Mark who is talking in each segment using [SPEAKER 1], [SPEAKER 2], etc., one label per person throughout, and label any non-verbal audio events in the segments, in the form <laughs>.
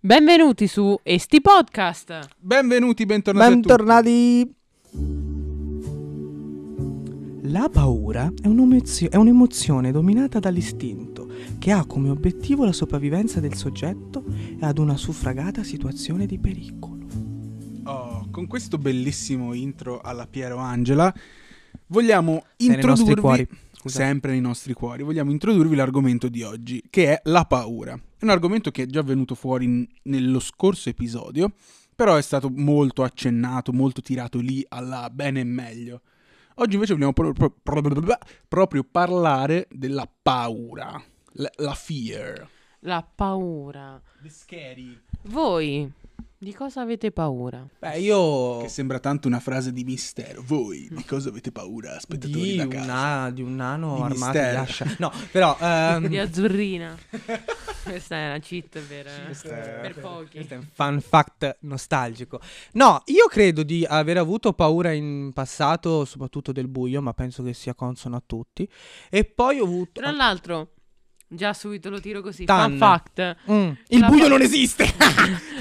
[SPEAKER 1] Benvenuti su Esti Podcast.
[SPEAKER 2] Benvenuti, bentornati. a tutti.
[SPEAKER 3] Bentornati. La paura è, un'emozio- è un'emozione dominata dall'istinto che ha come obiettivo la sopravvivenza del soggetto e ad una suffragata situazione di pericolo.
[SPEAKER 2] Oh, con questo bellissimo intro alla Piero Angela, vogliamo
[SPEAKER 3] nei nostri
[SPEAKER 2] introdurvi
[SPEAKER 3] cuori, scusa.
[SPEAKER 2] sempre nei nostri cuori. Vogliamo introdurvi l'argomento di oggi, che è la paura. È un argomento che è già venuto fuori in- nello scorso episodio, però è stato molto accennato, molto tirato lì alla bene e meglio. Oggi invece vogliamo pro- pro- pro- pro- pro- proprio parlare della paura, la, la fear.
[SPEAKER 1] La paura.
[SPEAKER 2] The scary.
[SPEAKER 1] Voi di cosa avete paura?
[SPEAKER 3] Beh, io
[SPEAKER 2] Che sembra tanto una frase di mistero. Voi
[SPEAKER 1] Mm.
[SPEAKER 2] di cosa avete paura, spettatori
[SPEAKER 3] di,
[SPEAKER 2] da casa?
[SPEAKER 3] una- di un nano
[SPEAKER 2] Di
[SPEAKER 3] armato
[SPEAKER 2] mistero.
[SPEAKER 3] di ascia. <laughs> No, però ehm,
[SPEAKER 1] Di azzurrina. <laughs> Questa è una cheat per, eh, per pochi.
[SPEAKER 3] Questo è un fun fact nostalgico. No, io credo di aver avuto paura in passato, soprattutto del buio, ma penso che sia consono a tutti. E poi ho avuto...
[SPEAKER 1] Tra l'altro, già subito lo tiro così.
[SPEAKER 3] Tan.
[SPEAKER 1] Fun fact.
[SPEAKER 3] Mm, Il
[SPEAKER 1] la
[SPEAKER 3] buio
[SPEAKER 1] pa-
[SPEAKER 3] non esiste!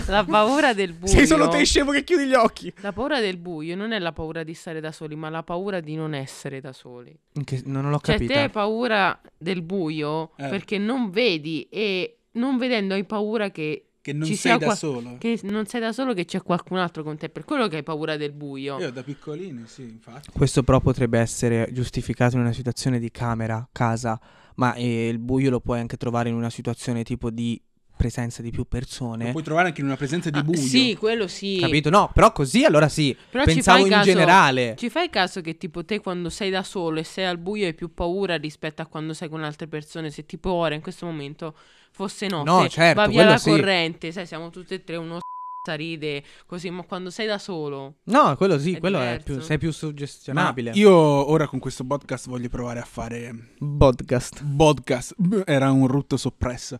[SPEAKER 1] La paura del buio.
[SPEAKER 3] <laughs> Sei solo te scemo che chiudi gli occhi!
[SPEAKER 1] La paura del buio non è la paura di stare da soli, ma la paura di non essere da soli.
[SPEAKER 3] Che- no, non l'ho
[SPEAKER 1] Cioè,
[SPEAKER 3] capita.
[SPEAKER 1] te hai paura del buio
[SPEAKER 2] Eh.
[SPEAKER 1] perché non vedi e non vedendo hai paura che,
[SPEAKER 2] Che non
[SPEAKER 1] Ci
[SPEAKER 2] sei
[SPEAKER 1] sia
[SPEAKER 2] da
[SPEAKER 1] qua-
[SPEAKER 2] solo.
[SPEAKER 1] che non sei da solo, che c'è qualcun altro con te. Per quello che hai paura del buio.
[SPEAKER 2] Io da piccolino, sì, infatti.
[SPEAKER 3] Questo però potrebbe essere giustificato in una situazione di camera, casa, ma eh, il buio lo puoi anche trovare in una situazione tipo di presenza di più
[SPEAKER 2] Lo
[SPEAKER 3] persone.
[SPEAKER 2] puoi trovare anche in una presenza di
[SPEAKER 1] Ah,
[SPEAKER 2] buio.
[SPEAKER 1] sì, quello sì.
[SPEAKER 3] Capito? No, però così allora sì.
[SPEAKER 1] Però ci fai
[SPEAKER 3] Pensavo in
[SPEAKER 1] caso-
[SPEAKER 3] generale.
[SPEAKER 1] Ci fai caso che tipo te quando sei da solo e sei al buio hai più paura rispetto a quando sei con altre persone? Se tipo ora in questo momento fosse notte,
[SPEAKER 3] No, certo,
[SPEAKER 1] va via
[SPEAKER 3] quello
[SPEAKER 1] la
[SPEAKER 3] sì.
[SPEAKER 1] corrente, sai, siamo tutti e tre uno s***a ride così, ma quando sei da solo
[SPEAKER 3] No, quello sì,
[SPEAKER 1] È
[SPEAKER 3] quello è
[SPEAKER 1] diverso.
[SPEAKER 3] più, sei più suggestionabile.
[SPEAKER 2] Io ora con questo podcast voglio provare a fare
[SPEAKER 3] Podcast.
[SPEAKER 2] podcast. Beh, Era un rutto soppresso.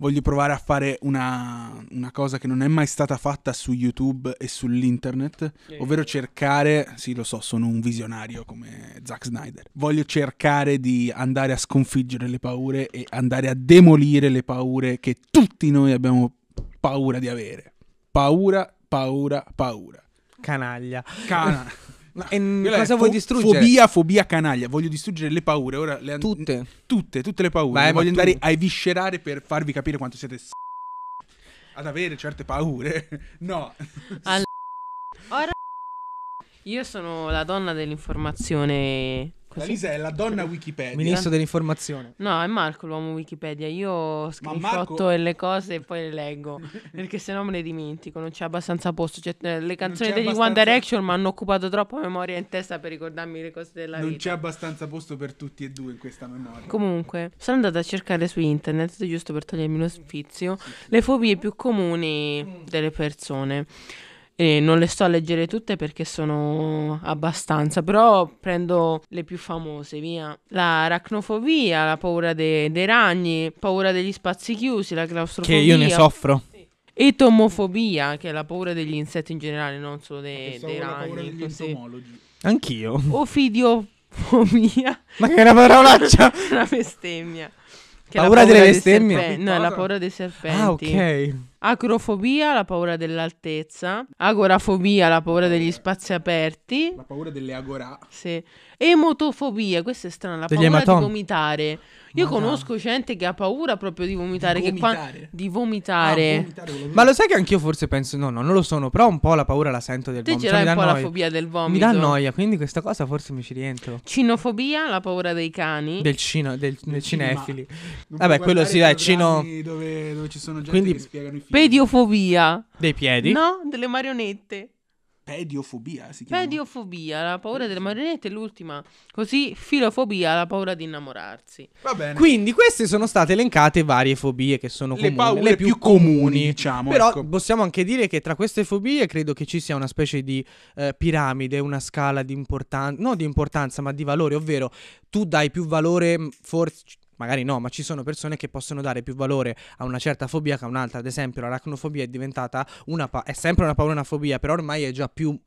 [SPEAKER 2] Voglio provare a fare una, una cosa che non è mai stata fatta su YouTube e sull'internet, ovvero cercare, sì lo so, sono un visionario come Zack Snyder, voglio cercare di andare a sconfiggere le paure e andare a demolire le paure che tutti noi abbiamo paura di avere. Paura, paura, paura.
[SPEAKER 3] Canaglia.
[SPEAKER 2] Cana. No,
[SPEAKER 3] E n-
[SPEAKER 2] quella è
[SPEAKER 3] cosa vuoi
[SPEAKER 2] fo-
[SPEAKER 3] distruggere?
[SPEAKER 2] Fobia, fobia canaglia. Voglio distruggere le paure. Ora le an-
[SPEAKER 3] Tutte.
[SPEAKER 2] tutte, tutte le paure.
[SPEAKER 3] Beh, ma
[SPEAKER 2] voglio
[SPEAKER 3] tu-
[SPEAKER 2] andare a eviscerare per farvi capire quanto siete s- ad avere certe paure. <laughs> No.
[SPEAKER 1] Ora io sono la donna dell'informazione.
[SPEAKER 2] La
[SPEAKER 1] Così.
[SPEAKER 2] Lisa è la donna Wikipedia.
[SPEAKER 3] Ministro dell'informazione.
[SPEAKER 1] No, è Marco l'uomo Wikipedia. Io screenshotto
[SPEAKER 2] Marco-
[SPEAKER 1] le cose e poi le leggo. perché sennò me le dimentico. Non c'è abbastanza posto. Cioè, eh, le canzoni
[SPEAKER 2] c'è
[SPEAKER 1] degli One
[SPEAKER 2] abbastanza-
[SPEAKER 1] Direction mi hanno occupato troppa memoria in testa per ricordarmi le cose della
[SPEAKER 2] Non
[SPEAKER 1] vita.
[SPEAKER 2] c'è abbastanza posto per tutti e due in questa memoria.
[SPEAKER 1] Comunque, sono andata a cercare su internet, giusto per togliermi lo sfizio, le fobie più comuni delle persone. E non le sto a leggere tutte perché sono abbastanza, però prendo le più famose, via. La aracnofobia, la paura de- dei ragni, paura degli spazi chiusi, la
[SPEAKER 3] Che
[SPEAKER 1] claustrofobia.
[SPEAKER 3] io ne soffro.
[SPEAKER 1] Etomofobia, che è la paura degli insetti in generale, non solo de-
[SPEAKER 2] Pensavo
[SPEAKER 1] dei
[SPEAKER 2] alla paura
[SPEAKER 1] ragni.
[SPEAKER 2] degli
[SPEAKER 1] Così.
[SPEAKER 2] entomologi.
[SPEAKER 3] Anch'io.
[SPEAKER 1] Ofidiofobia.
[SPEAKER 3] Ma che è una <laughs> parolaccia.
[SPEAKER 1] <laughs> una bestemmia. Che è la
[SPEAKER 3] Paura delle
[SPEAKER 1] dei
[SPEAKER 3] bestemmie?
[SPEAKER 1] serpenti- No, è la
[SPEAKER 2] Cosa?
[SPEAKER 1] paura dei serpenti.
[SPEAKER 3] ah, ok.
[SPEAKER 1] Acrofobia, la paura dell'altezza. Agorafobia, la paura degli spazi aperti.
[SPEAKER 2] La paura delle agorà.
[SPEAKER 1] Sì. Emotofobia, questa è strana, la
[SPEAKER 3] Degli
[SPEAKER 1] paura
[SPEAKER 3] ematom.
[SPEAKER 1] di vomitare. Io
[SPEAKER 3] Madonna.
[SPEAKER 1] conosco gente che ha paura proprio di vomitare. che qua-
[SPEAKER 2] Vomitare.
[SPEAKER 1] di vomitare.
[SPEAKER 2] Ah, vomitare volevo dire.
[SPEAKER 3] Ma lo sai che anch'io forse penso. No, no, non lo sono. Però un po' la paura la sento del
[SPEAKER 1] Te
[SPEAKER 3] vomito.
[SPEAKER 1] ce
[SPEAKER 3] Cioè,
[SPEAKER 1] l'hai
[SPEAKER 3] mi
[SPEAKER 1] un po' la
[SPEAKER 3] dà noia.
[SPEAKER 1] fobia del vomito.
[SPEAKER 3] Mi dà noia, quindi questa cosa forse mi ci rientro.
[SPEAKER 1] Cinofobia, la paura dei cani.
[SPEAKER 3] Del, cino, del, del
[SPEAKER 2] cinema.
[SPEAKER 3] cinefili.
[SPEAKER 2] Non
[SPEAKER 3] Vabbè,
[SPEAKER 2] puoi
[SPEAKER 3] quello sì,
[SPEAKER 2] guardare
[SPEAKER 3] dai, Cino-
[SPEAKER 2] programmi Dove, dove ci sono gente
[SPEAKER 3] Quindi-
[SPEAKER 2] che spiegano i film.
[SPEAKER 1] Pediofobia.
[SPEAKER 3] Dei piedi.
[SPEAKER 1] No, delle marionette.
[SPEAKER 2] Pediofobia si chiama.
[SPEAKER 1] Pediofobia, la paura delle marionette, l'ultima. Così, filofobia, la paura di innamorarsi.
[SPEAKER 2] Va bene.
[SPEAKER 3] Quindi queste sono state elencate varie fobie che sono
[SPEAKER 2] le
[SPEAKER 3] comuni,
[SPEAKER 2] paure
[SPEAKER 3] le
[SPEAKER 2] più, comuni, diciamo.
[SPEAKER 3] Però
[SPEAKER 2] ecco.
[SPEAKER 3] possiamo anche dire che tra queste fobie credo che ci sia una specie di eh, piramide, una scala di importanza, non di importanza, ma di valore, ovvero tu dai più valore mh, forse magari no, ma ci sono persone che possono dare più valore a una certa fobia che a un'altra, ad esempio l'aracnofobia è diventata una pa- è sempre una paura, una fobia, però ormai è già più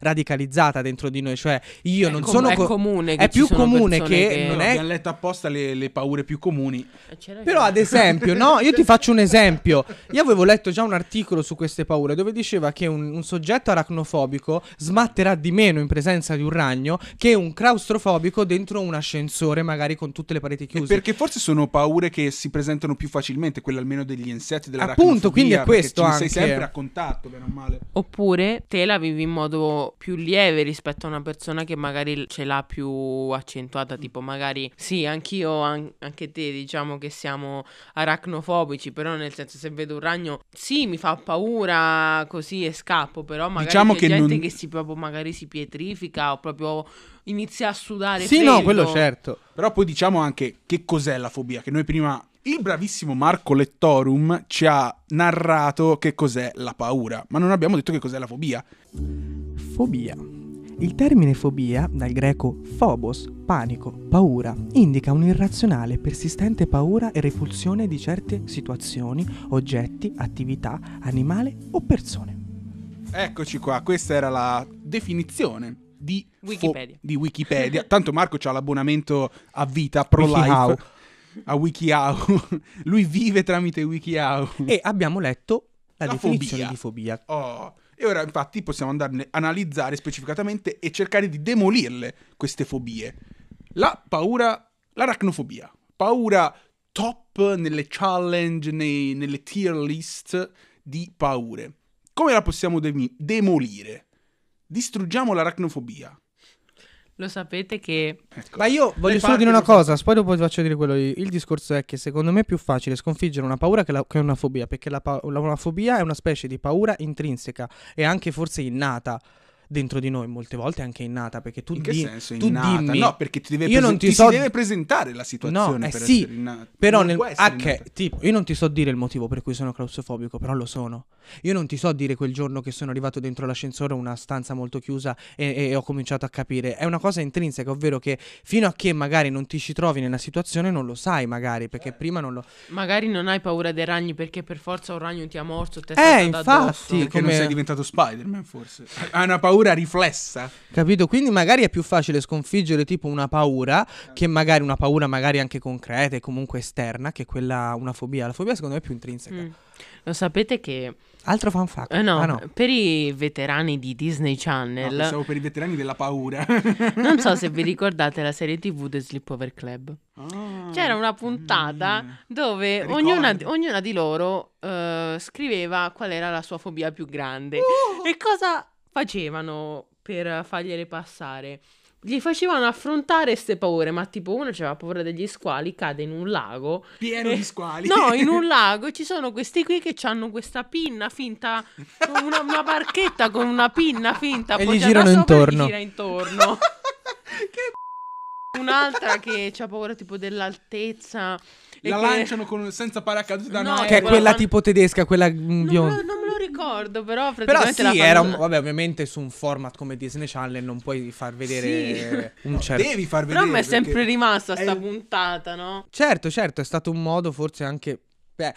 [SPEAKER 3] radicalizzata dentro di noi. Cioè, io
[SPEAKER 1] È
[SPEAKER 3] non
[SPEAKER 1] com-
[SPEAKER 3] sono.
[SPEAKER 1] è
[SPEAKER 3] co-
[SPEAKER 1] comune che
[SPEAKER 3] è
[SPEAKER 1] ci
[SPEAKER 3] più
[SPEAKER 1] sono
[SPEAKER 3] comune
[SPEAKER 1] persone
[SPEAKER 3] che
[SPEAKER 1] che-
[SPEAKER 3] non
[SPEAKER 2] Però
[SPEAKER 3] è
[SPEAKER 2] Abbiamo letto apposta le, le paure più comuni.
[SPEAKER 3] Però ad esempio, no, io ti faccio un esempio. Io avevo letto già un articolo su queste paure dove diceva che un, un soggetto aracnofobico smatterà di meno in presenza di un ragno che un claustrofobico dentro un ascensore magari con tutte le pareti
[SPEAKER 2] E
[SPEAKER 3] chiuse.
[SPEAKER 2] Perché forse sono paure che si presentano più facilmente, quelle almeno degli insetti della
[SPEAKER 3] Appunto, quindi è questo
[SPEAKER 2] perché ci
[SPEAKER 3] anche.
[SPEAKER 2] sei sempre a contatto, bene o male.
[SPEAKER 1] Oppure te la vivi in modo più lieve rispetto a una persona che magari ce l'ha più accentuata, tipo magari sì, anch'io, an- anche te diciamo che siamo aracnofobici, però nel senso se vedo un ragno sì mi fa paura così e scappo, però magari
[SPEAKER 2] Diciamo
[SPEAKER 1] c'è
[SPEAKER 2] che
[SPEAKER 1] gente
[SPEAKER 2] non-
[SPEAKER 1] che si proprio magari si pietrifica o proprio inizia a sudare.
[SPEAKER 3] Sì,
[SPEAKER 1] freddo.
[SPEAKER 3] no, quello certo.
[SPEAKER 2] Però poi diciamo anche che cos'è la fobia, che noi prima il bravissimo Marco Lettorum ci ha narrato che cos'è la paura, ma non abbiamo detto che cos'è la fobia.
[SPEAKER 3] Fobia. Il termine fobia, dal greco phobos, panico, paura, indica un'irrazionale e persistente paura e repulsione di certe situazioni, oggetti, attività, animale o persone.
[SPEAKER 2] Eccoci qua, questa era la definizione di fo-
[SPEAKER 1] Wikipedia.
[SPEAKER 2] di Wikipedia. Tanto Marco ha l'abbonamento a vita pro
[SPEAKER 3] WikiHow.
[SPEAKER 2] life a WikiHow. <laughs> Lui vive tramite WikiHow.
[SPEAKER 3] E abbiamo letto la,
[SPEAKER 2] Mm. La
[SPEAKER 3] definizione
[SPEAKER 2] fobia.
[SPEAKER 3] di fobia.
[SPEAKER 2] Oh, E ora infatti possiamo andarne a analizzare specificatamente e cercare di demolirle queste fobie. La paura, l'aracnofobia, paura top nelle challenge, nei- nelle tier list di paure. Come la possiamo demi- demolire? Distruggiamo l'aracnofobia.
[SPEAKER 1] Lo sapete che
[SPEAKER 2] Ecco.
[SPEAKER 3] Ma io voglio
[SPEAKER 2] Le
[SPEAKER 3] solo
[SPEAKER 2] parti
[SPEAKER 3] dire una
[SPEAKER 2] lo so-
[SPEAKER 3] cosa, poi dopo ti faccio dire quello. lì. Il discorso è che secondo me è più facile sconfiggere una paura che, la- che una fobia, perché la, pa- la- una fobia è una specie di paura intrinseca e anche forse innata dentro di noi, molte volte anche innata, perché tu
[SPEAKER 2] In che
[SPEAKER 3] di-
[SPEAKER 2] senso
[SPEAKER 3] tu
[SPEAKER 2] innata?
[SPEAKER 3] dimmi-
[SPEAKER 2] no, perché ti deve,
[SPEAKER 3] Io
[SPEAKER 2] presen-
[SPEAKER 3] non ti
[SPEAKER 2] ti
[SPEAKER 3] so-
[SPEAKER 2] si deve presentare la situazione
[SPEAKER 3] eh
[SPEAKER 2] per
[SPEAKER 3] sì,
[SPEAKER 2] essere innata.
[SPEAKER 3] Però
[SPEAKER 2] Non
[SPEAKER 3] nel
[SPEAKER 2] può essere innata.
[SPEAKER 3] H, tipo, io non ti so dire il motivo per cui sono claustrofobico, però lo sono. Io non ti so dire quel giorno che sono arrivato dentro l'ascensore, una stanza molto chiusa e, e ho cominciato a capire. È una cosa intrinseca, ovvero che fino a che magari non ti ci trovi nella situazione non lo sai, magari,
[SPEAKER 2] Certo.
[SPEAKER 3] perché prima non lo.
[SPEAKER 1] magari non hai paura dei ragni perché per forza un ragno ti ha morso, te
[SPEAKER 3] Eh,
[SPEAKER 1] è
[SPEAKER 3] infatti.
[SPEAKER 2] Perché
[SPEAKER 3] come-
[SPEAKER 2] non sei diventato Spider-Man forse? Ha Ah, una paura riflessa?
[SPEAKER 3] Capito? Quindi magari è più facile sconfiggere tipo una paura
[SPEAKER 2] Certo.
[SPEAKER 3] che magari una paura magari anche concreta e comunque esterna che quella una fobia. La fobia secondo me è più intrinseca.
[SPEAKER 1] Mm. Lo sapete che
[SPEAKER 3] Altro fan fact.
[SPEAKER 1] Eh no,
[SPEAKER 3] Ah, no.
[SPEAKER 1] per i veterani di Disney
[SPEAKER 2] No,
[SPEAKER 1] Channel,
[SPEAKER 2] pensavo per i veterani della paura.
[SPEAKER 1] non so se vi ricordate la serie TV The Sleepover Club.
[SPEAKER 2] Ah,
[SPEAKER 1] <laughs> C'era una puntata
[SPEAKER 2] mm.
[SPEAKER 1] dove
[SPEAKER 2] Ricordo.
[SPEAKER 1] ognuna, ognuna di loro eh, scriveva qual era la sua fobia più grande
[SPEAKER 2] Uh! Mm.
[SPEAKER 1] e cosa facevano per fargliele passare. Gli facevano affrontare queste paure, ma tipo uno aveva paura degli squali, cade in un lago.
[SPEAKER 2] Pieno di squali.
[SPEAKER 1] No, in un lago ci sono questi qui che hanno questa pinna finta, una, una barchetta con una pinna finta
[SPEAKER 3] E gli
[SPEAKER 1] appoggiata
[SPEAKER 3] girano
[SPEAKER 1] sopra e gli
[SPEAKER 3] intorno.
[SPEAKER 1] gira intorno. Un'altra che ha paura tipo dell'altezza. e
[SPEAKER 2] La
[SPEAKER 1] che-
[SPEAKER 2] lanciano con- senza paracadute da
[SPEAKER 1] No,
[SPEAKER 2] un
[SPEAKER 3] Che è
[SPEAKER 1] Eh,
[SPEAKER 2] aereo.
[SPEAKER 3] quella
[SPEAKER 1] guarda-
[SPEAKER 3] tipo tedesca, quella mm,
[SPEAKER 1] Non, me
[SPEAKER 3] bionda.
[SPEAKER 1] lo- non me lo ricordo, però
[SPEAKER 3] Però
[SPEAKER 1] praticamente la
[SPEAKER 3] sì,
[SPEAKER 1] fanno-
[SPEAKER 3] era un, vabbè, ovviamente su un format come Disney Channel non puoi far vedere un
[SPEAKER 2] No,
[SPEAKER 3] certo.
[SPEAKER 2] Devi far vedere.
[SPEAKER 1] Però mi è
[SPEAKER 2] perché-
[SPEAKER 1] sempre rimasta sta
[SPEAKER 2] è-
[SPEAKER 1] puntata, no?
[SPEAKER 3] Certo, certo, è stato un modo forse anche beh,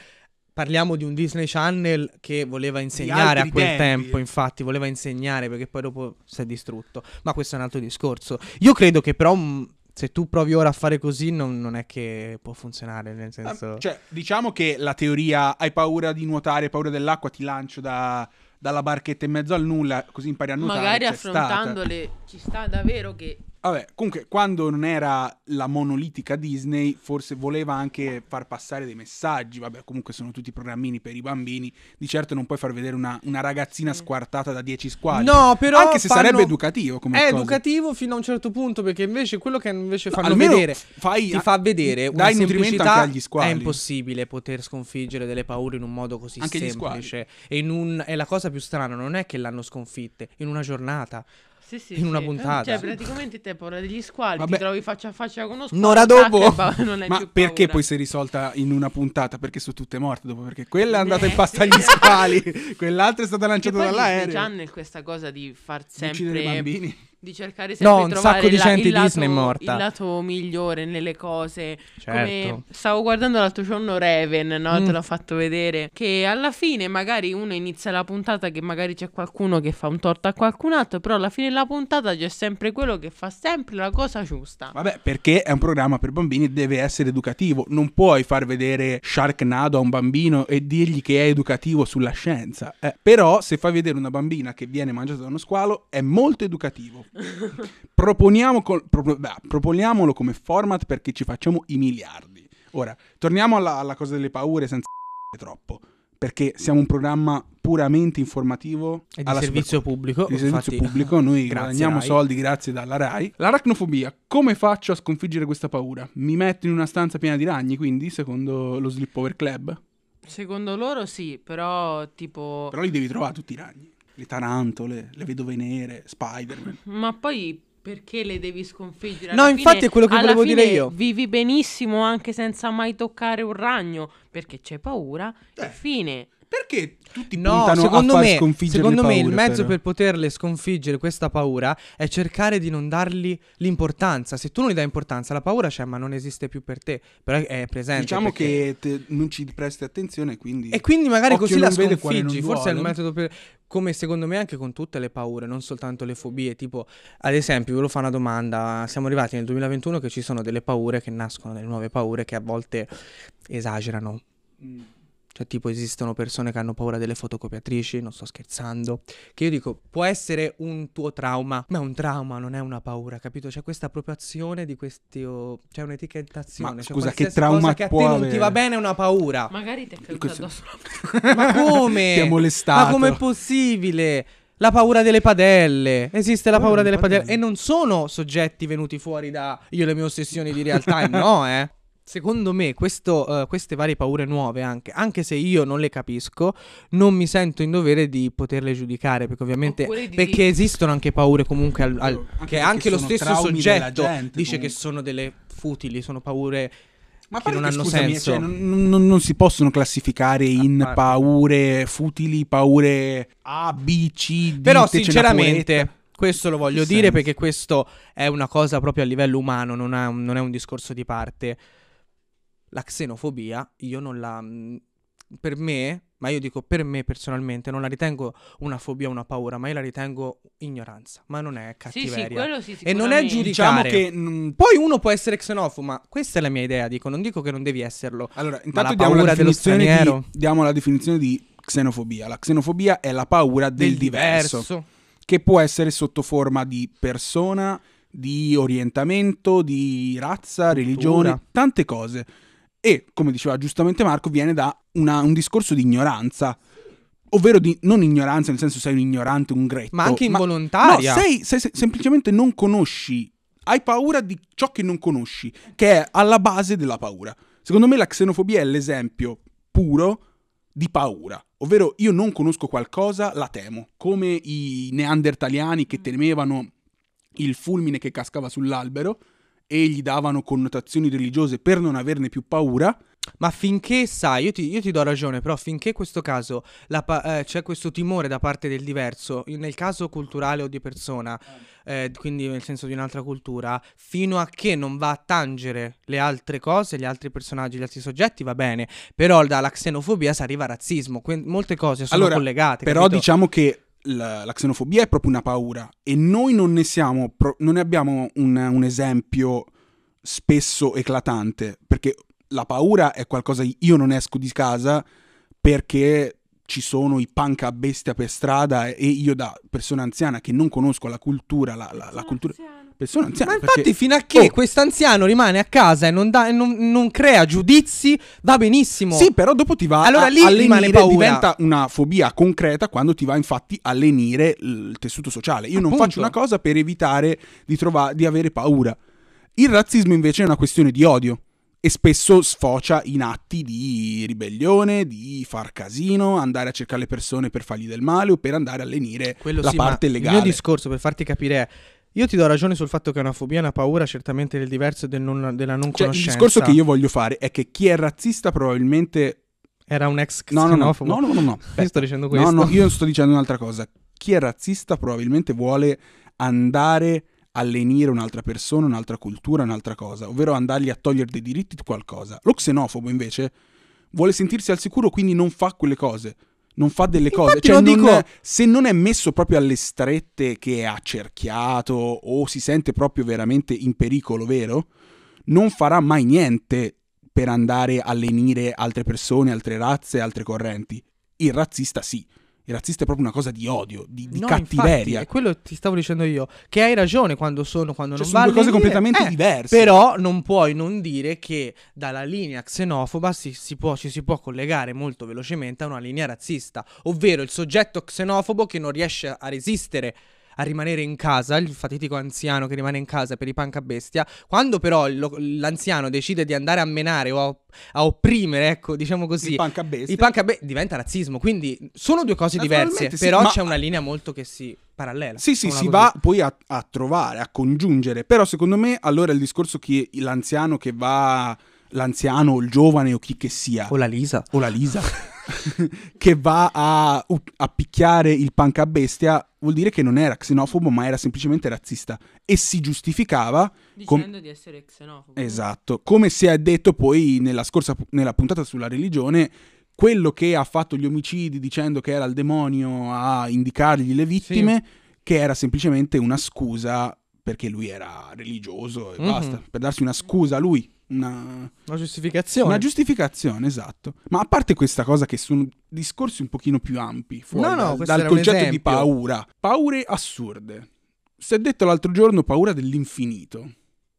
[SPEAKER 3] Parliamo di un Disney Channel che voleva insegnare a
[SPEAKER 2] altri
[SPEAKER 3] quel
[SPEAKER 2] tempi.
[SPEAKER 3] tempo, infatti, voleva insegnare perché poi dopo si è distrutto. Ma questo è un altro discorso. Io credo che però mm, se tu provi ora a fare così non, non è che può funzionare, nel
[SPEAKER 2] Ah,
[SPEAKER 3] senso...
[SPEAKER 2] Cioè, diciamo che la teoria hai paura di nuotare, hai paura dell'acqua, ti lancio da- dalla barchetta in mezzo al nulla, così impari a nuotare.
[SPEAKER 1] Magari
[SPEAKER 2] c'è stata.
[SPEAKER 1] affrontandole ci sta davvero che
[SPEAKER 2] Vabbè, comunque, quando non era la monolitica Disney, forse voleva anche far passare dei messaggi. Vabbè, comunque sono tutti programmini per i bambini. Di certo non puoi far vedere una, una ragazzina squartata da 10 squadri.
[SPEAKER 3] No, però
[SPEAKER 2] Anche se
[SPEAKER 3] fanno-
[SPEAKER 2] sarebbe educativo come
[SPEAKER 3] È
[SPEAKER 2] cosa.
[SPEAKER 3] educativo fino a un certo punto perché invece quello che invece
[SPEAKER 2] No,
[SPEAKER 3] fanno
[SPEAKER 2] almeno
[SPEAKER 3] vedere
[SPEAKER 2] fai-
[SPEAKER 3] ti fa vedere una
[SPEAKER 2] dai nutrimento
[SPEAKER 3] semplicità
[SPEAKER 2] anche agli squali.
[SPEAKER 3] è impossibile poter sconfiggere delle paure in un modo così
[SPEAKER 2] Anche gli
[SPEAKER 3] semplice e, in un- e la cosa più strana non è che l'hanno sconfitte in una giornata
[SPEAKER 1] Sì, sì,
[SPEAKER 3] In una
[SPEAKER 1] sì.
[SPEAKER 3] puntata.
[SPEAKER 1] Cioè, praticamente te hai paura degli squali,
[SPEAKER 2] Vabbè.
[SPEAKER 1] ti trovi faccia a faccia con uno squalo.
[SPEAKER 3] Un'ora
[SPEAKER 1] tac,
[SPEAKER 3] dopo.
[SPEAKER 1] e va- non hai
[SPEAKER 2] Ma
[SPEAKER 1] più
[SPEAKER 2] perché
[SPEAKER 1] paura.
[SPEAKER 2] poi si è risolta in una puntata? Perché sono tutte morte dopo, perché quella è andata
[SPEAKER 1] Eh,
[SPEAKER 2] in pasta agli
[SPEAKER 1] sì.
[SPEAKER 2] squali, quell'altra è stata
[SPEAKER 1] Che
[SPEAKER 2] lanciata
[SPEAKER 1] poi Disney
[SPEAKER 2] dall'aereo.
[SPEAKER 1] Channel questa cosa di far
[SPEAKER 2] Uccidere i
[SPEAKER 1] sempre
[SPEAKER 2] bambini.
[SPEAKER 1] di cercare sempre
[SPEAKER 3] No, un
[SPEAKER 1] di trovare
[SPEAKER 3] sacco di
[SPEAKER 1] la-
[SPEAKER 3] gente
[SPEAKER 1] il, lato,
[SPEAKER 3] Disney è morta.
[SPEAKER 1] il lato migliore nelle cose. Come
[SPEAKER 3] Certo.
[SPEAKER 1] stavo guardando l'altro giorno Raven, no?
[SPEAKER 3] Mm.
[SPEAKER 1] Te l'ho fatto vedere. Che alla fine magari uno inizia la puntata che magari c'è qualcuno che fa un torto a qualcun altro, però alla fine della puntata c'è sempre quello che fa sempre la cosa giusta.
[SPEAKER 2] Vabbè, perché è un programma per bambini, deve essere educativo. Non puoi far vedere Sharknado a un bambino e dirgli che è educativo sulla scienza. Eh, però, se fai vedere una bambina che viene mangiata da uno squalo, è molto educativo. Proponiamo col- pro- beh, proponiamolo come format perché ci facciamo i miliardi. Ora, torniamo alla, alla cosa delle paure senza <laughs> troppo. Perché siamo un programma puramente informativo
[SPEAKER 3] E di
[SPEAKER 2] alla
[SPEAKER 3] servizio pubblico.
[SPEAKER 2] di servizio
[SPEAKER 3] infatti- <laughs>
[SPEAKER 2] pubblico, noi
[SPEAKER 3] Grazie,
[SPEAKER 2] guadagniamo
[SPEAKER 3] Rai.
[SPEAKER 2] soldi grazie dalla RAI. L'aracnofobia, come faccio a sconfiggere questa paura? Mi metto in una stanza piena di ragni, quindi, secondo lo Sleepover Club?
[SPEAKER 1] Secondo loro sì, però tipo...
[SPEAKER 2] Però li devi trovare tutti i ragni. Le tarantole, le vedove nere, Spider-Man.
[SPEAKER 1] Ma poi perché le devi sconfiggere?
[SPEAKER 3] No, infatti è quello che
[SPEAKER 1] alla
[SPEAKER 3] volevo
[SPEAKER 1] fine
[SPEAKER 3] dire io.
[SPEAKER 1] Vivi benissimo anche senza mai toccare un ragno, perché c'è paura
[SPEAKER 2] Eh.
[SPEAKER 1] e fine.
[SPEAKER 2] Perché tutti
[SPEAKER 3] No,
[SPEAKER 2] puntano
[SPEAKER 3] secondo
[SPEAKER 2] a far
[SPEAKER 3] me,
[SPEAKER 2] sconfiggere
[SPEAKER 3] secondo
[SPEAKER 2] le
[SPEAKER 3] me il
[SPEAKER 2] paure,
[SPEAKER 3] mezzo
[SPEAKER 2] però.
[SPEAKER 3] per poterle sconfiggere questa paura è cercare di non dargli l'importanza. Se tu non gli dai importanza, la paura c'è, ma non esiste più per te. Però è- è presente.
[SPEAKER 2] Diciamo
[SPEAKER 3] perché-
[SPEAKER 2] che te- non ci presti attenzione, quindi...
[SPEAKER 3] E quindi magari
[SPEAKER 2] Occhio
[SPEAKER 3] così la
[SPEAKER 2] non vede, cuore
[SPEAKER 3] sconfiggi.
[SPEAKER 2] non
[SPEAKER 3] Forse è il
[SPEAKER 2] duole.
[SPEAKER 3] metodo per. Come secondo me anche con tutte le paure, non soltanto le fobie. Tipo, ad esempio, ve lo fa una domanda. Siamo arrivati nel 2021 che ci sono delle paure che nascono, delle nuove paure che a volte esagerano. Cioè, tipo, esistono persone che hanno paura delle fotocopiatrici, non sto scherzando. Che io dico, può essere un tuo trauma, ma è un trauma, non è una paura, capito? C'è questa appropriazione di questi. oh, c'è un'etichettazione.
[SPEAKER 2] Ma
[SPEAKER 3] cioè
[SPEAKER 2] scusa, che
[SPEAKER 3] qualsiasi
[SPEAKER 2] trauma
[SPEAKER 3] cosa che a te
[SPEAKER 2] può
[SPEAKER 3] non ti
[SPEAKER 2] avere?
[SPEAKER 3] va bene è una paura.
[SPEAKER 1] Magari ti è caduta
[SPEAKER 2] Questo-
[SPEAKER 1] addosso una
[SPEAKER 3] Ma
[SPEAKER 2] <laughs>
[SPEAKER 3] come?
[SPEAKER 2] Ti ha molestato.
[SPEAKER 3] Ma com'è possibile? La paura delle padelle. Esiste la
[SPEAKER 2] Paura
[SPEAKER 3] paura delle
[SPEAKER 2] delle
[SPEAKER 3] padelle.
[SPEAKER 2] Eh, padelle.
[SPEAKER 3] E non sono soggetti venuti fuori da io e le mie ossessioni di real time. no, eh. Secondo me questo, eh, queste varie paure nuove, anche, anche se io non le capisco, non mi sento in dovere di poterle giudicare. Perché ovviamente.
[SPEAKER 1] Oppure di-
[SPEAKER 3] Perché esistono anche paure comunque al- al-
[SPEAKER 2] Anche
[SPEAKER 3] che
[SPEAKER 2] perché
[SPEAKER 3] anche lo
[SPEAKER 2] sono
[SPEAKER 3] stesso
[SPEAKER 2] traumi della
[SPEAKER 3] soggetto
[SPEAKER 2] gente,
[SPEAKER 3] dice
[SPEAKER 2] comunque.
[SPEAKER 3] che sono delle futili, sono paure
[SPEAKER 2] Ma
[SPEAKER 3] che
[SPEAKER 2] pare
[SPEAKER 3] non
[SPEAKER 2] che,
[SPEAKER 3] hanno
[SPEAKER 2] scusami,
[SPEAKER 3] senso. Ah,
[SPEAKER 2] cioè, non, non- non si possono classificare in
[SPEAKER 3] parte.
[SPEAKER 2] paure futili, paure A, B, C, D.
[SPEAKER 3] Però
[SPEAKER 2] te ce n'è
[SPEAKER 3] sinceramente questo lo voglio
[SPEAKER 2] Che
[SPEAKER 3] dire
[SPEAKER 2] senso?
[SPEAKER 3] perché questo è una cosa proprio a livello umano, non, ha- non è un discorso di parte. La xenofobia io non la... mh, Per me, ma io dico per me personalmente, non la ritengo una fobia, una paura, ma io la ritengo ignoranza, ma non è
[SPEAKER 1] Sì,
[SPEAKER 3] cattiveria.
[SPEAKER 1] sì, quello sì,
[SPEAKER 3] E non è
[SPEAKER 1] sicuramente.
[SPEAKER 2] pure.
[SPEAKER 3] giudicato.
[SPEAKER 2] Diciamo
[SPEAKER 3] giudicare.
[SPEAKER 2] che... mm,
[SPEAKER 3] Poi uno può essere xenofo, ma questa è la mia idea, dico, non dico che non devi esserlo.
[SPEAKER 2] allora,
[SPEAKER 3] Ma la
[SPEAKER 2] intanto diamo
[SPEAKER 3] paura
[SPEAKER 2] la,
[SPEAKER 3] dello
[SPEAKER 2] definizione di,
[SPEAKER 3] straniero.
[SPEAKER 2] diamo la definizione di xenofobia. La xenofobia è la paura del, diverso, che può essere sotto forma di persona, di orientamento, di razza, religione, tante cose. E, come diceva giustamente Marco, viene da una- un discorso di ignoranza. Ovvero di non ignoranza, nel senso sei un ignorante, un gretto.
[SPEAKER 3] Ma anche
[SPEAKER 2] Oh, No,
[SPEAKER 3] involontaria.
[SPEAKER 2] sei, sei- se- semplicemente non conosci, hai paura di ciò che non conosci, che è alla base della paura. Secondo me la xenofobia è l'esempio puro di paura, ovvero io non conosco qualcosa, la temo, come i neandertaliani che temevano il fulmine che cascava sull'albero e gli davano connotazioni religiose per non averne più paura.
[SPEAKER 3] Ma finché, sai, io ti, io ti do ragione, però finché questo caso la pa- eh, c'è questo timore da parte del diverso, in- nel caso culturale o di persona, eh, quindi nel senso di un'altra cultura, fino a che non va a tangere le altre cose, gli altri personaggi, gli altri soggetti, va bene, però dalla xenofobia si arriva al razzismo, que- molte cose sono
[SPEAKER 2] Allora,
[SPEAKER 3] collegate.
[SPEAKER 2] Però
[SPEAKER 3] capito?
[SPEAKER 2] diciamo che la, la xenofobia è proprio una paura e noi non ne siamo, pro- non ne abbiamo un, un esempio spesso eclatante, perché la paura è qualcosa, io non esco di casa perché ci sono i punk a bestia per strada e io da persona anziana che non conosco la cultura, la, la- la cultura... Persona anziana,
[SPEAKER 3] Ma
[SPEAKER 2] perché-
[SPEAKER 3] infatti fino a che
[SPEAKER 2] Oh.
[SPEAKER 3] quest'anziano rimane a casa e non, dà- e non- non crea giudizi, va benissimo.
[SPEAKER 2] Sì, però dopo ti va
[SPEAKER 3] Allora
[SPEAKER 2] a,
[SPEAKER 3] lì
[SPEAKER 2] a lenire,
[SPEAKER 3] rimane paura.
[SPEAKER 2] diventa una fobia concreta quando ti va infatti a lenire il tessuto sociale. Io non
[SPEAKER 3] Appunto.
[SPEAKER 2] faccio una cosa per evitare di, trova- di avere paura. Il razzismo invece è una questione di odio e spesso sfocia in atti di ribellione, di far casino, andare a cercare le persone per fargli del male o per andare a lenire
[SPEAKER 3] Quello
[SPEAKER 2] la
[SPEAKER 3] sì, ma
[SPEAKER 2] parte legale.
[SPEAKER 3] Il mio discorso per farti capire è. Io ti do ragione sul fatto che è una fobia, una paura certamente del diverso e del non- della non
[SPEAKER 2] Cioè, il
[SPEAKER 3] conoscenza.
[SPEAKER 2] discorso che io voglio fare è che chi è razzista probabilmente...
[SPEAKER 3] Era un ex
[SPEAKER 2] No, no, no,
[SPEAKER 3] xenofobo.
[SPEAKER 2] no, no, no, no.
[SPEAKER 3] Io sto dicendo questo.
[SPEAKER 2] No, no, io sto dicendo un'altra cosa. Chi è razzista probabilmente vuole andare a lenire un'altra persona, un'altra cultura, un'altra cosa, ovvero andargli a togliere dei diritti di qualcosa. Lo xenofobo invece vuole sentirsi al sicuro, quindi non fa quelle cose. Non fa delle cose,
[SPEAKER 3] Infatti
[SPEAKER 2] cioè,
[SPEAKER 3] lo
[SPEAKER 2] non-
[SPEAKER 3] dico.
[SPEAKER 2] se non è messo proprio alle strette che è accerchiato o si sente proprio veramente in pericolo, vero? Non farà mai niente per andare a lenire altre persone, altre razze, altre correnti. Il razzista sì, il razzista è proprio una cosa di odio, di, di
[SPEAKER 3] No, infatti,
[SPEAKER 2] cattiveria.
[SPEAKER 3] è quello che ti stavo dicendo io. Che hai ragione quando sono, quando
[SPEAKER 2] Cioè,
[SPEAKER 3] non
[SPEAKER 2] sono
[SPEAKER 3] va
[SPEAKER 2] due cose
[SPEAKER 3] a lenire.
[SPEAKER 2] completamente
[SPEAKER 3] Eh,
[SPEAKER 2] diverse.
[SPEAKER 3] Però non puoi non dire che dalla linea xenofoba si, si può, ci si può collegare molto velocemente a una linea razzista, ovvero il soggetto xenofobo che non riesce a resistere a rimanere in casa, il fatitico anziano che rimane in casa per i panca bestia, quando però il lo- l'anziano decide di andare a menare o a, a opprimere, ecco, diciamo così,
[SPEAKER 2] I panca bestia.
[SPEAKER 3] i panca be- diventa razzismo, quindi sono due cose diverse,
[SPEAKER 2] Naturalmente sì,
[SPEAKER 3] però
[SPEAKER 2] ma-
[SPEAKER 3] c'è una linea molto che si parallela.
[SPEAKER 2] Sì, sì,
[SPEAKER 3] Una
[SPEAKER 2] si
[SPEAKER 3] cosa
[SPEAKER 2] va poi a, a trovare, a congiungere. Però secondo me allora il discorso che l'anziano che va, l'anziano o il giovane o chi che sia,
[SPEAKER 3] così. O la Lisa.
[SPEAKER 2] o la Lisa,
[SPEAKER 3] <laughs>
[SPEAKER 2] che va a, a picchiare il panca bestia, vuol dire che non era xenofobo ma era semplicemente razzista. E si giustificava
[SPEAKER 1] Dicendo di essere xenofobo.
[SPEAKER 2] Esatto, come si è detto poi nella scorsa pu- nella puntata sulla religione, quello che ha fatto gli omicidi dicendo che era il demonio a indicargli le vittime, che era semplicemente una scusa perché lui era religioso e
[SPEAKER 3] Mhm.
[SPEAKER 2] basta, per darsi una scusa a lui, una,
[SPEAKER 3] Una giustificazione.
[SPEAKER 2] una giustificazione, esatto. Ma a parte questa cosa che sono discorsi un pochino più ampi, fuori
[SPEAKER 3] No, no,
[SPEAKER 2] dal-
[SPEAKER 3] questo
[SPEAKER 2] dal
[SPEAKER 3] era un
[SPEAKER 2] concetto di
[SPEAKER 3] esempio.
[SPEAKER 2] paura, paure assurde. Si è detto l'altro giorno paura dell'infinito.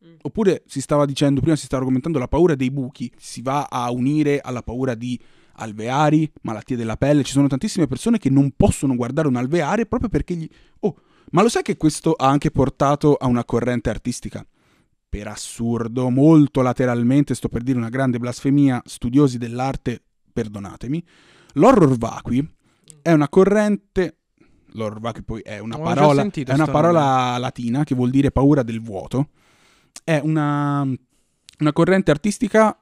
[SPEAKER 1] Mm.
[SPEAKER 2] Oppure si stava dicendo, prima si stava argomentando la paura dei buchi, si va a unire alla paura di alveari, malattie della pelle, ci sono tantissime persone che non possono guardare un alveare proprio perché gli... Oh, ma lo sai che questo ha anche portato a una corrente artistica? Per assurdo, molto lateralmente, sto per dire una grande blasfemia, studiosi dell'arte, perdonatemi, l'horror vacui è una corrente... L'horror vacui poi è una
[SPEAKER 3] Non l'ho già
[SPEAKER 2] parola,
[SPEAKER 3] sentito
[SPEAKER 2] è una
[SPEAKER 3] sto
[SPEAKER 2] parola
[SPEAKER 3] nome.
[SPEAKER 2] a- latina che vuol dire paura del vuoto, è una, una corrente artistica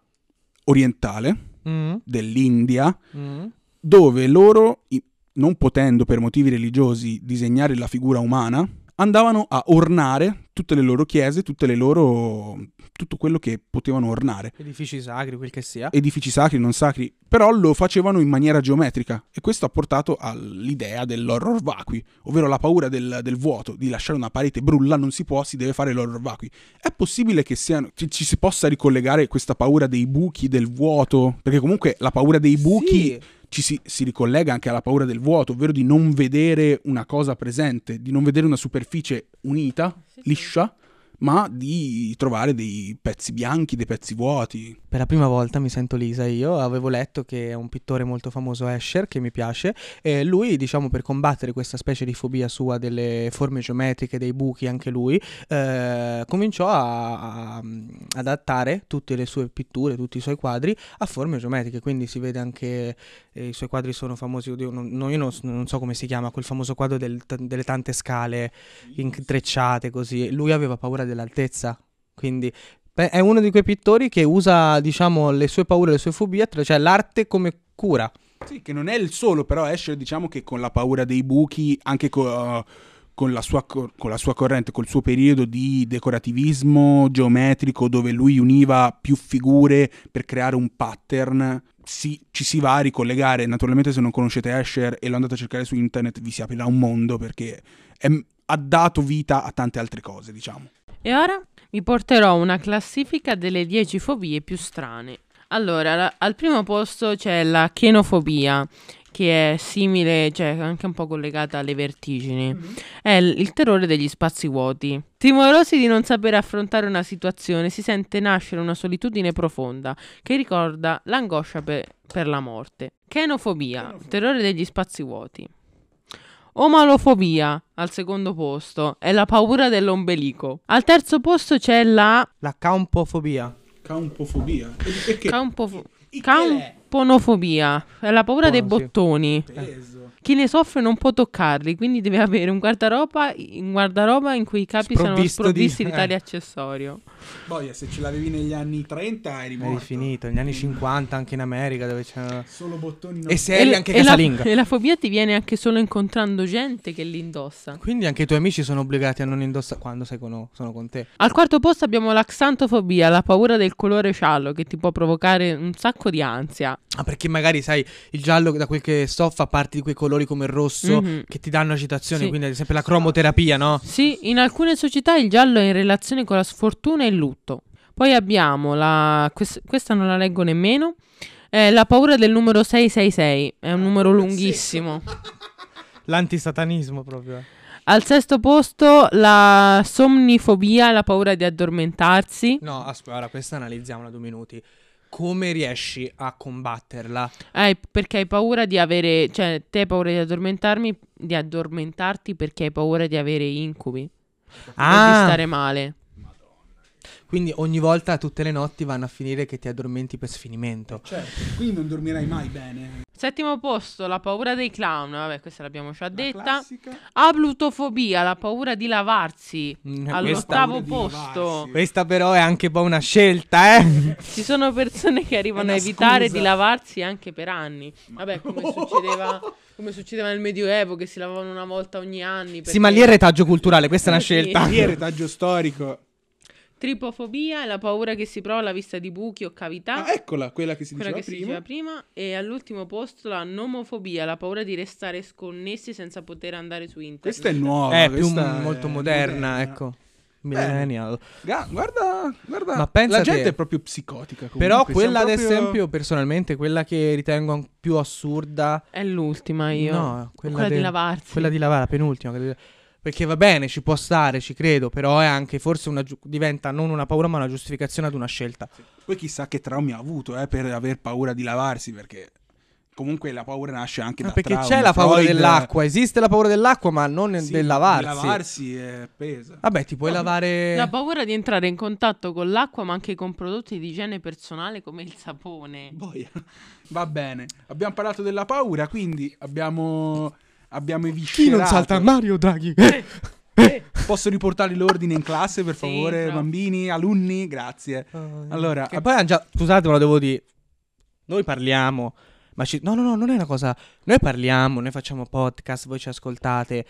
[SPEAKER 2] orientale
[SPEAKER 3] Mm,
[SPEAKER 2] dell'India
[SPEAKER 3] mm.
[SPEAKER 2] dove loro, i- non potendo per motivi religiosi disegnare la figura umana, andavano a ornare tutte le loro chiese, tutte le loro, tutto quello che potevano ornare.
[SPEAKER 3] Edifici sacri, quel che sia.
[SPEAKER 2] Edifici sacri, non sacri, però lo facevano in maniera geometrica e questo ha portato all'idea dell'horror vacui, ovvero la paura del, del vuoto, di lasciare una parete brulla, non si può, si deve fare l'horror vacui. È possibile che siano- ci, ci si possa ricollegare questa paura dei buchi, del vuoto? Perché comunque la paura dei buchi
[SPEAKER 3] Sì.
[SPEAKER 2] ci si, si ricollega anche alla paura del vuoto, ovvero di non vedere una cosa presente, di non vedere una superficie unita, liscia, ma di trovare dei pezzi bianchi, dei pezzi vuoti.
[SPEAKER 3] Per la prima volta mi sento Lisa io, avevo letto che è un pittore molto famoso, Escher, che mi piace, e lui, diciamo, per combattere questa specie di fobia sua delle forme geometriche, dei buchi, anche lui, eh, cominciò a, a- ad adattare tutte le sue pitture, tutti i suoi quadri a forme geometriche, quindi si vede anche, eh, i suoi quadri sono famosi, oddio, non- no, io non, s- non so come si chiama, quel famoso quadro del- t- delle tante scale intrecciate così, lui aveva paura dell'altezza, quindi Beh, è uno di quei pittori che usa, diciamo, le sue paure, le sue fobie, tra- cioè l'arte come cura.
[SPEAKER 2] Sì, che non è il solo, però esce diciamo che con la paura dei buchi, anche co- eh, con, la sua, cor- con la sua corrente, col suo periodo di decorativismo geometrico, dove lui univa più figure per creare un pattern. si- ci si va a ricollegare. Naturalmente, se non conoscete Escher e lo andate a cercare su internet, vi si aprirà un mondo perché è- ha dato vita a tante altre cose, diciamo.
[SPEAKER 1] E ora vi porterò una classifica delle 10 fobie più strane. Allora, la- al primo posto c'è la chenofobia, che è simile, cioè anche un po' collegata alle vertigini. È l- il terrore degli spazi vuoti. Timorosi di non sapere affrontare una situazione, si sente nascere una solitudine profonda che ricorda l'angoscia per, per la morte. Chenofobia, terrore degli spazi vuoti. Omalofobia al secondo posto è la paura dell'ombelico. Al terzo posto c'è la
[SPEAKER 3] La campofobia.
[SPEAKER 2] Campofobia.
[SPEAKER 1] campofo- cam- Ponofobia è la paura dei
[SPEAKER 3] Pono, sì.
[SPEAKER 1] bottoni.
[SPEAKER 2] Peso.
[SPEAKER 1] Chi ne soffre non può toccarli, quindi deve avere un guardaroba, un guardaroba in cui i capi sono
[SPEAKER 3] Sprovvisto di-
[SPEAKER 1] sprovvisti di,
[SPEAKER 3] eh.
[SPEAKER 1] tale accessorio.
[SPEAKER 2] Boia, se ce l'avevi negli anni 30 eri
[SPEAKER 3] È
[SPEAKER 2] morto.
[SPEAKER 3] finito, negli anni 50 anche in America dove c'era...
[SPEAKER 2] Solo bottoni
[SPEAKER 3] E
[SPEAKER 2] non-
[SPEAKER 3] se eri
[SPEAKER 1] l-
[SPEAKER 3] anche
[SPEAKER 1] la,
[SPEAKER 3] casalinga.
[SPEAKER 1] e la fobia ti viene anche solo incontrando gente che li indossa.
[SPEAKER 3] Quindi anche i tuoi amici sono obbligati a non indossare quando sei con- sono con te.
[SPEAKER 1] Al quarto posto abbiamo la xantofobia, la paura del colore giallo che ti può provocare un sacco di ansia.
[SPEAKER 3] Ah, perché magari sai, il giallo da quel che so fa parte di quei colori come il rosso
[SPEAKER 1] Mhm.
[SPEAKER 3] che ti danno agitazione,
[SPEAKER 1] Sì.
[SPEAKER 3] quindi ad esempio la cromoterapia, no?
[SPEAKER 1] Sì, in alcune società il giallo è in relazione con la sfortuna e il lutto. Poi abbiamo la... quest- questa non la leggo nemmeno. eh, la paura del numero 666, è un
[SPEAKER 2] Eh
[SPEAKER 1] numero lunghissimo.
[SPEAKER 3] L'antisatanismo proprio. eh.
[SPEAKER 1] Al sesto posto la somnifobia, la paura di addormentarsi.
[SPEAKER 3] No, aspetta, ora questa analizziamola due minuti. Come riesci a combatterla?
[SPEAKER 1] Eh, perché hai paura di avere, cioè te hai paura di addormentarmi, di addormentarti perché hai paura di avere incubi, o
[SPEAKER 3] Ah!
[SPEAKER 1] di stare male.
[SPEAKER 3] quindi ogni volta tutte le notti vanno a finire che ti addormenti per sfinimento.
[SPEAKER 2] Certo, quindi non dormirai mai bene.
[SPEAKER 1] Settimo posto, la paura dei clown, vabbè questa l'abbiamo già
[SPEAKER 2] La
[SPEAKER 1] detta.
[SPEAKER 2] classica.
[SPEAKER 1] Ablutofobia, la paura di lavarsi.
[SPEAKER 3] Mm, Questa,
[SPEAKER 1] All'ottavo
[SPEAKER 2] Eh, di
[SPEAKER 1] posto.
[SPEAKER 2] lavarsi.
[SPEAKER 3] questa però è anche un po' una scelta, eh?
[SPEAKER 1] Ci sono persone che arrivano a
[SPEAKER 2] una
[SPEAKER 1] evitare
[SPEAKER 2] scusa.
[SPEAKER 1] di lavarsi anche per anni. Vabbè, come succedeva, come succedeva nel Medioevo che si lavavano una volta ogni anno.
[SPEAKER 3] Sì, ma lì è retaggio culturale, questa è una
[SPEAKER 1] Eh sì.
[SPEAKER 3] scelta. <laughs>
[SPEAKER 2] Lì è retaggio storico.
[SPEAKER 1] Tripofobia è la paura che si prova alla vista di buchi o cavità.
[SPEAKER 2] Ah, eccola, quella che si
[SPEAKER 1] Quella
[SPEAKER 2] diceva
[SPEAKER 1] che si diceva
[SPEAKER 2] prima.
[SPEAKER 1] prima e all'ultimo posto la nomofobia, la paura di restare sconnessi senza poter andare su internet.
[SPEAKER 2] Questa è nuova.
[SPEAKER 3] è più
[SPEAKER 2] questa è
[SPEAKER 3] molto moderna, ecco. Millennial.
[SPEAKER 2] Ga- guarda, guarda.
[SPEAKER 3] Ma pensa
[SPEAKER 2] la gente
[SPEAKER 3] te.
[SPEAKER 2] è proprio psicotica. Comunque.
[SPEAKER 3] Però
[SPEAKER 2] siamo
[SPEAKER 3] quella, ad
[SPEAKER 2] proprio-
[SPEAKER 3] esempio, personalmente, quella che ritengo an- più assurda.
[SPEAKER 1] È l'ultima Ah, io.
[SPEAKER 3] No,
[SPEAKER 1] quella,
[SPEAKER 3] quella,
[SPEAKER 1] di
[SPEAKER 3] de-
[SPEAKER 1] lavarsi.
[SPEAKER 3] Quella di lavare, la penultima. quella di- Perché va bene, ci può stare, ci credo. Però è anche forse una. giu- diventa non una paura, ma una giustificazione ad una scelta.
[SPEAKER 2] Poi chissà che traumi ha avuto eh, per aver paura di lavarsi perché. Comunque la paura nasce anche
[SPEAKER 3] Ah,
[SPEAKER 2] da
[SPEAKER 3] perché
[SPEAKER 2] traumi.
[SPEAKER 3] c'è la paura
[SPEAKER 2] Freud-
[SPEAKER 3] dell'acqua. Esiste la paura dell'acqua, ma non
[SPEAKER 2] Sì,
[SPEAKER 3] del lavarsi.
[SPEAKER 2] lavarsi è pesa.
[SPEAKER 3] Vabbè, ti puoi
[SPEAKER 2] No,
[SPEAKER 3] lavare.
[SPEAKER 1] La paura di entrare in contatto con l'acqua, ma anche con prodotti di igiene personale come il sapone.
[SPEAKER 2] Boia. <laughs> Va bene. Abbiamo parlato della paura, quindi abbiamo abbiamo
[SPEAKER 3] Chi non salta
[SPEAKER 2] mai
[SPEAKER 3] Mario Draghi?
[SPEAKER 2] Eh. Posso riportare l'ordine in classe, per
[SPEAKER 1] Sì,
[SPEAKER 2] favore,
[SPEAKER 1] bravo.
[SPEAKER 2] bambini, alunni? Grazie. Allora,
[SPEAKER 3] Che Eh. poi hanno già. Scusate, ma lo devo dire. Noi parliamo. Ma ci- No, no, no, non è una cosa. Noi parliamo, noi facciamo podcast, voi ci ascoltate.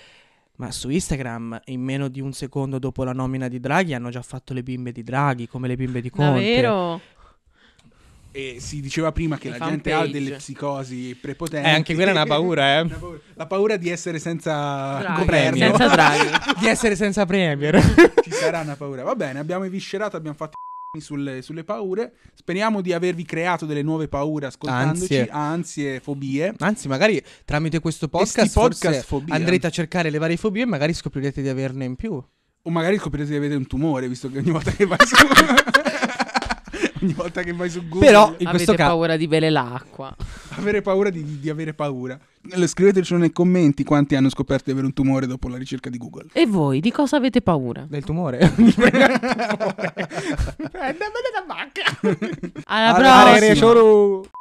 [SPEAKER 3] Ma su Instagram, in meno di un secondo dopo la nomina di Draghi, hanno già fatto le bimbe di Draghi, come le bimbe di Conte.
[SPEAKER 1] Davvero?
[SPEAKER 2] e si diceva prima che
[SPEAKER 1] Le
[SPEAKER 2] la gente ha
[SPEAKER 1] fanpage.
[SPEAKER 2] delle psicosi prepotenti.
[SPEAKER 3] Eh, anche quella è
[SPEAKER 2] <laughs>
[SPEAKER 3] una paura, eh.
[SPEAKER 2] Una paura- la paura di essere senza
[SPEAKER 1] Draghi,
[SPEAKER 2] governo.
[SPEAKER 1] senza Draghi.
[SPEAKER 3] <laughs> Di essere senza premier.
[SPEAKER 2] <laughs> Ci sarà una paura. Va bene, abbiamo eviscerato, abbiamo fatto i <laughs> sulle, sulle paure. Speriamo di avervi creato delle nuove paure ascoltandoci,
[SPEAKER 3] Ansie.
[SPEAKER 2] ansie, fobie.
[SPEAKER 3] Anzi, magari tramite questo
[SPEAKER 2] sti
[SPEAKER 3] podcast, forse
[SPEAKER 2] podcast fobia.
[SPEAKER 3] andrete a cercare le varie fobie e magari scoprirete di averne in più.
[SPEAKER 2] O magari scoprite di avere un tumore, visto che ogni volta che vai su... <laughs> ogni volta che vai su Google...
[SPEAKER 3] Però in questo
[SPEAKER 1] Avete
[SPEAKER 3] caso
[SPEAKER 1] paura di bere l'acqua.
[SPEAKER 2] Avere paura di, di avere paura. Lo Scriveteci nei commenti quanti hanno scoperto di avere un tumore dopo la ricerca
[SPEAKER 1] <laughs>
[SPEAKER 2] di Google. <laughs>
[SPEAKER 1] E voi di cosa avete paura?
[SPEAKER 3] del tumore. Alla
[SPEAKER 1] Alla prossima.
[SPEAKER 2] Alla prossima.
[SPEAKER 3] Ciao.